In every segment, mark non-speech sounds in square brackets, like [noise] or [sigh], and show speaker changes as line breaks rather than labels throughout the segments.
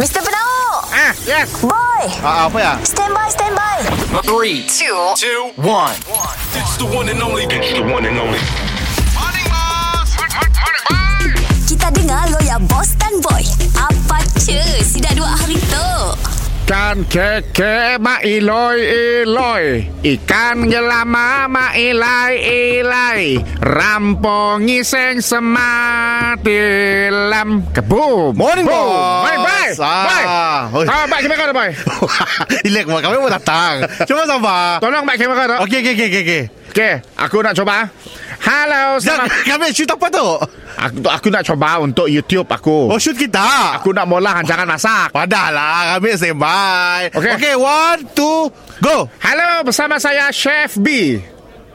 Mr. Penau
Ah, yes.
Boy
Ah, ah, apa ya?
Stand by, stand by
Three, two, two, one.
It's the one and only. It's the one and only.
Kita dengar lo ya Boss dan Boy Apa cu Si dah dua hari tu
Ikan keke ma iloi iloi Ikan gelama ma ilai ilai Rampong iseng semati lam Kebum
Morning,
Boom.
boss.
Morning boy
Ah.
Boy
Oi.
Ah, Baik kamera tu boy
[laughs] Relax Mak Kami pun datang Cuma sabar
Tolong baik kamera tu
Okey okey okey okey okay.
Okey Aku nak coba Hello
Sekejap
selamat
Kami shoot apa tu
aku, aku nak coba untuk YouTube aku
Oh shoot kita
Aku nak mula rancangan masak
Padahlah Kami sembai
Okey.
Okey one two Go
Halo bersama saya Chef B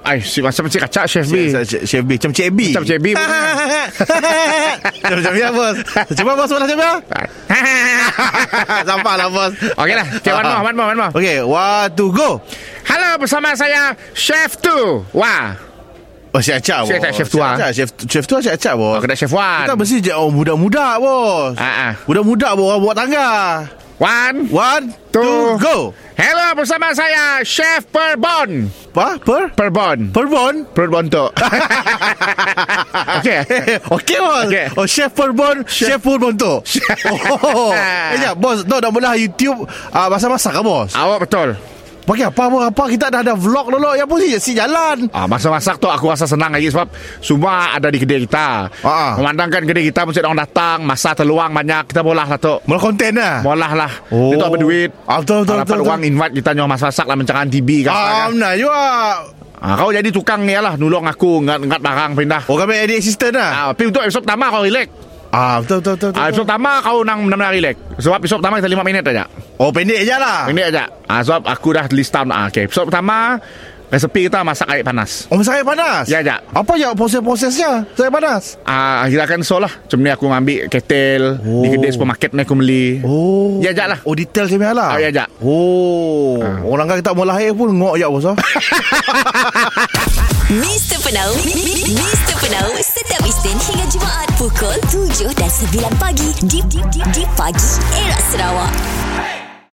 Ay, si, macam si kacak Chef B
Chef B Macam Cik B
Macam Cik [laughs] B.
Macam-macam ya bos Cuba bos Mana cuba Sampah lah bos
Okey lah. Okay, one more, one more, one more.
Okay one two go
[laughs] Halo bersama saya Chef Tu Wah
Oh Cik Acap
Cik Acap,
bos.
chef tua. ah.
Cik Acap, Chef Chef tua Cik Acap bos
Aku nak oh, Chef Wan
Kita mesti je- oh, budak-budak bos
Ah, ah.
Budak-budak bos Orang buat tangga
Wan
One
Two.
Two, go
Hello bersama saya Chef Perbon
Apa? Per?
Perbon
Perbon
Perbon tu [laughs]
[laughs]
Okey
Okey bos
Okey.
Oh Chef Perbon Chef,
[laughs]
pun Bonto Oh Eh jap bos Tok dah mula YouTube uh, Masak-masak ke bos
Awak betul
Pakai apa bos Apa kita dah ada vlog dulu Yang pun si, si jalan
Ah, masa masak tu aku rasa senang lagi sebab semua ada di kedai kita.
Ah, ah.
Memandangkan kedai kita mesti orang datang, masa terluang banyak, kita bolah lah tu.
Mula konten lah
Molah lah.
Oh.
Itu apa duit?
Ah, betul, betul,
Ah, dapat
betul,
uang invite kita nyawa masak lah mencangan TV kan.
Ah, um, nah, you are.
Ah, kau jadi tukang ni lah Nulung aku Ngat-ngat barang pindah
Oh, kami edit assistant lah.
Ah, tapi untuk episod pertama kau relax
Ah, betul, betul, betul. betul.
ah, Episod pertama kau nang benar-benar relax Sebab episod pertama kita 5 minit aja
Oh, pendek je lah.
Pendek aja ah, Sebab aku dah list down ah, okay. Episod pertama Resepi kita masak air panas
Oh, masak air panas?
Ya, ya.
Apa ya proses-prosesnya? Saya panas.
ah, Kita akan show lah Macam ni aku ngambil ketel oh. Di kedai supermarket ni aku beli
Oh.
Ya, ya lah
Oh, detail saya lah.
Ah, ya, ya.
Oh.
Ah.
Orang kan kita mau lahir pun ngok ya, bos. ah.
Mr. Penau Mi- Mi- Mr. Penau Setiap Isnin hingga Jumaat Pukul 7 dan 9 pagi Di, di, di, di pagi Era Sarawak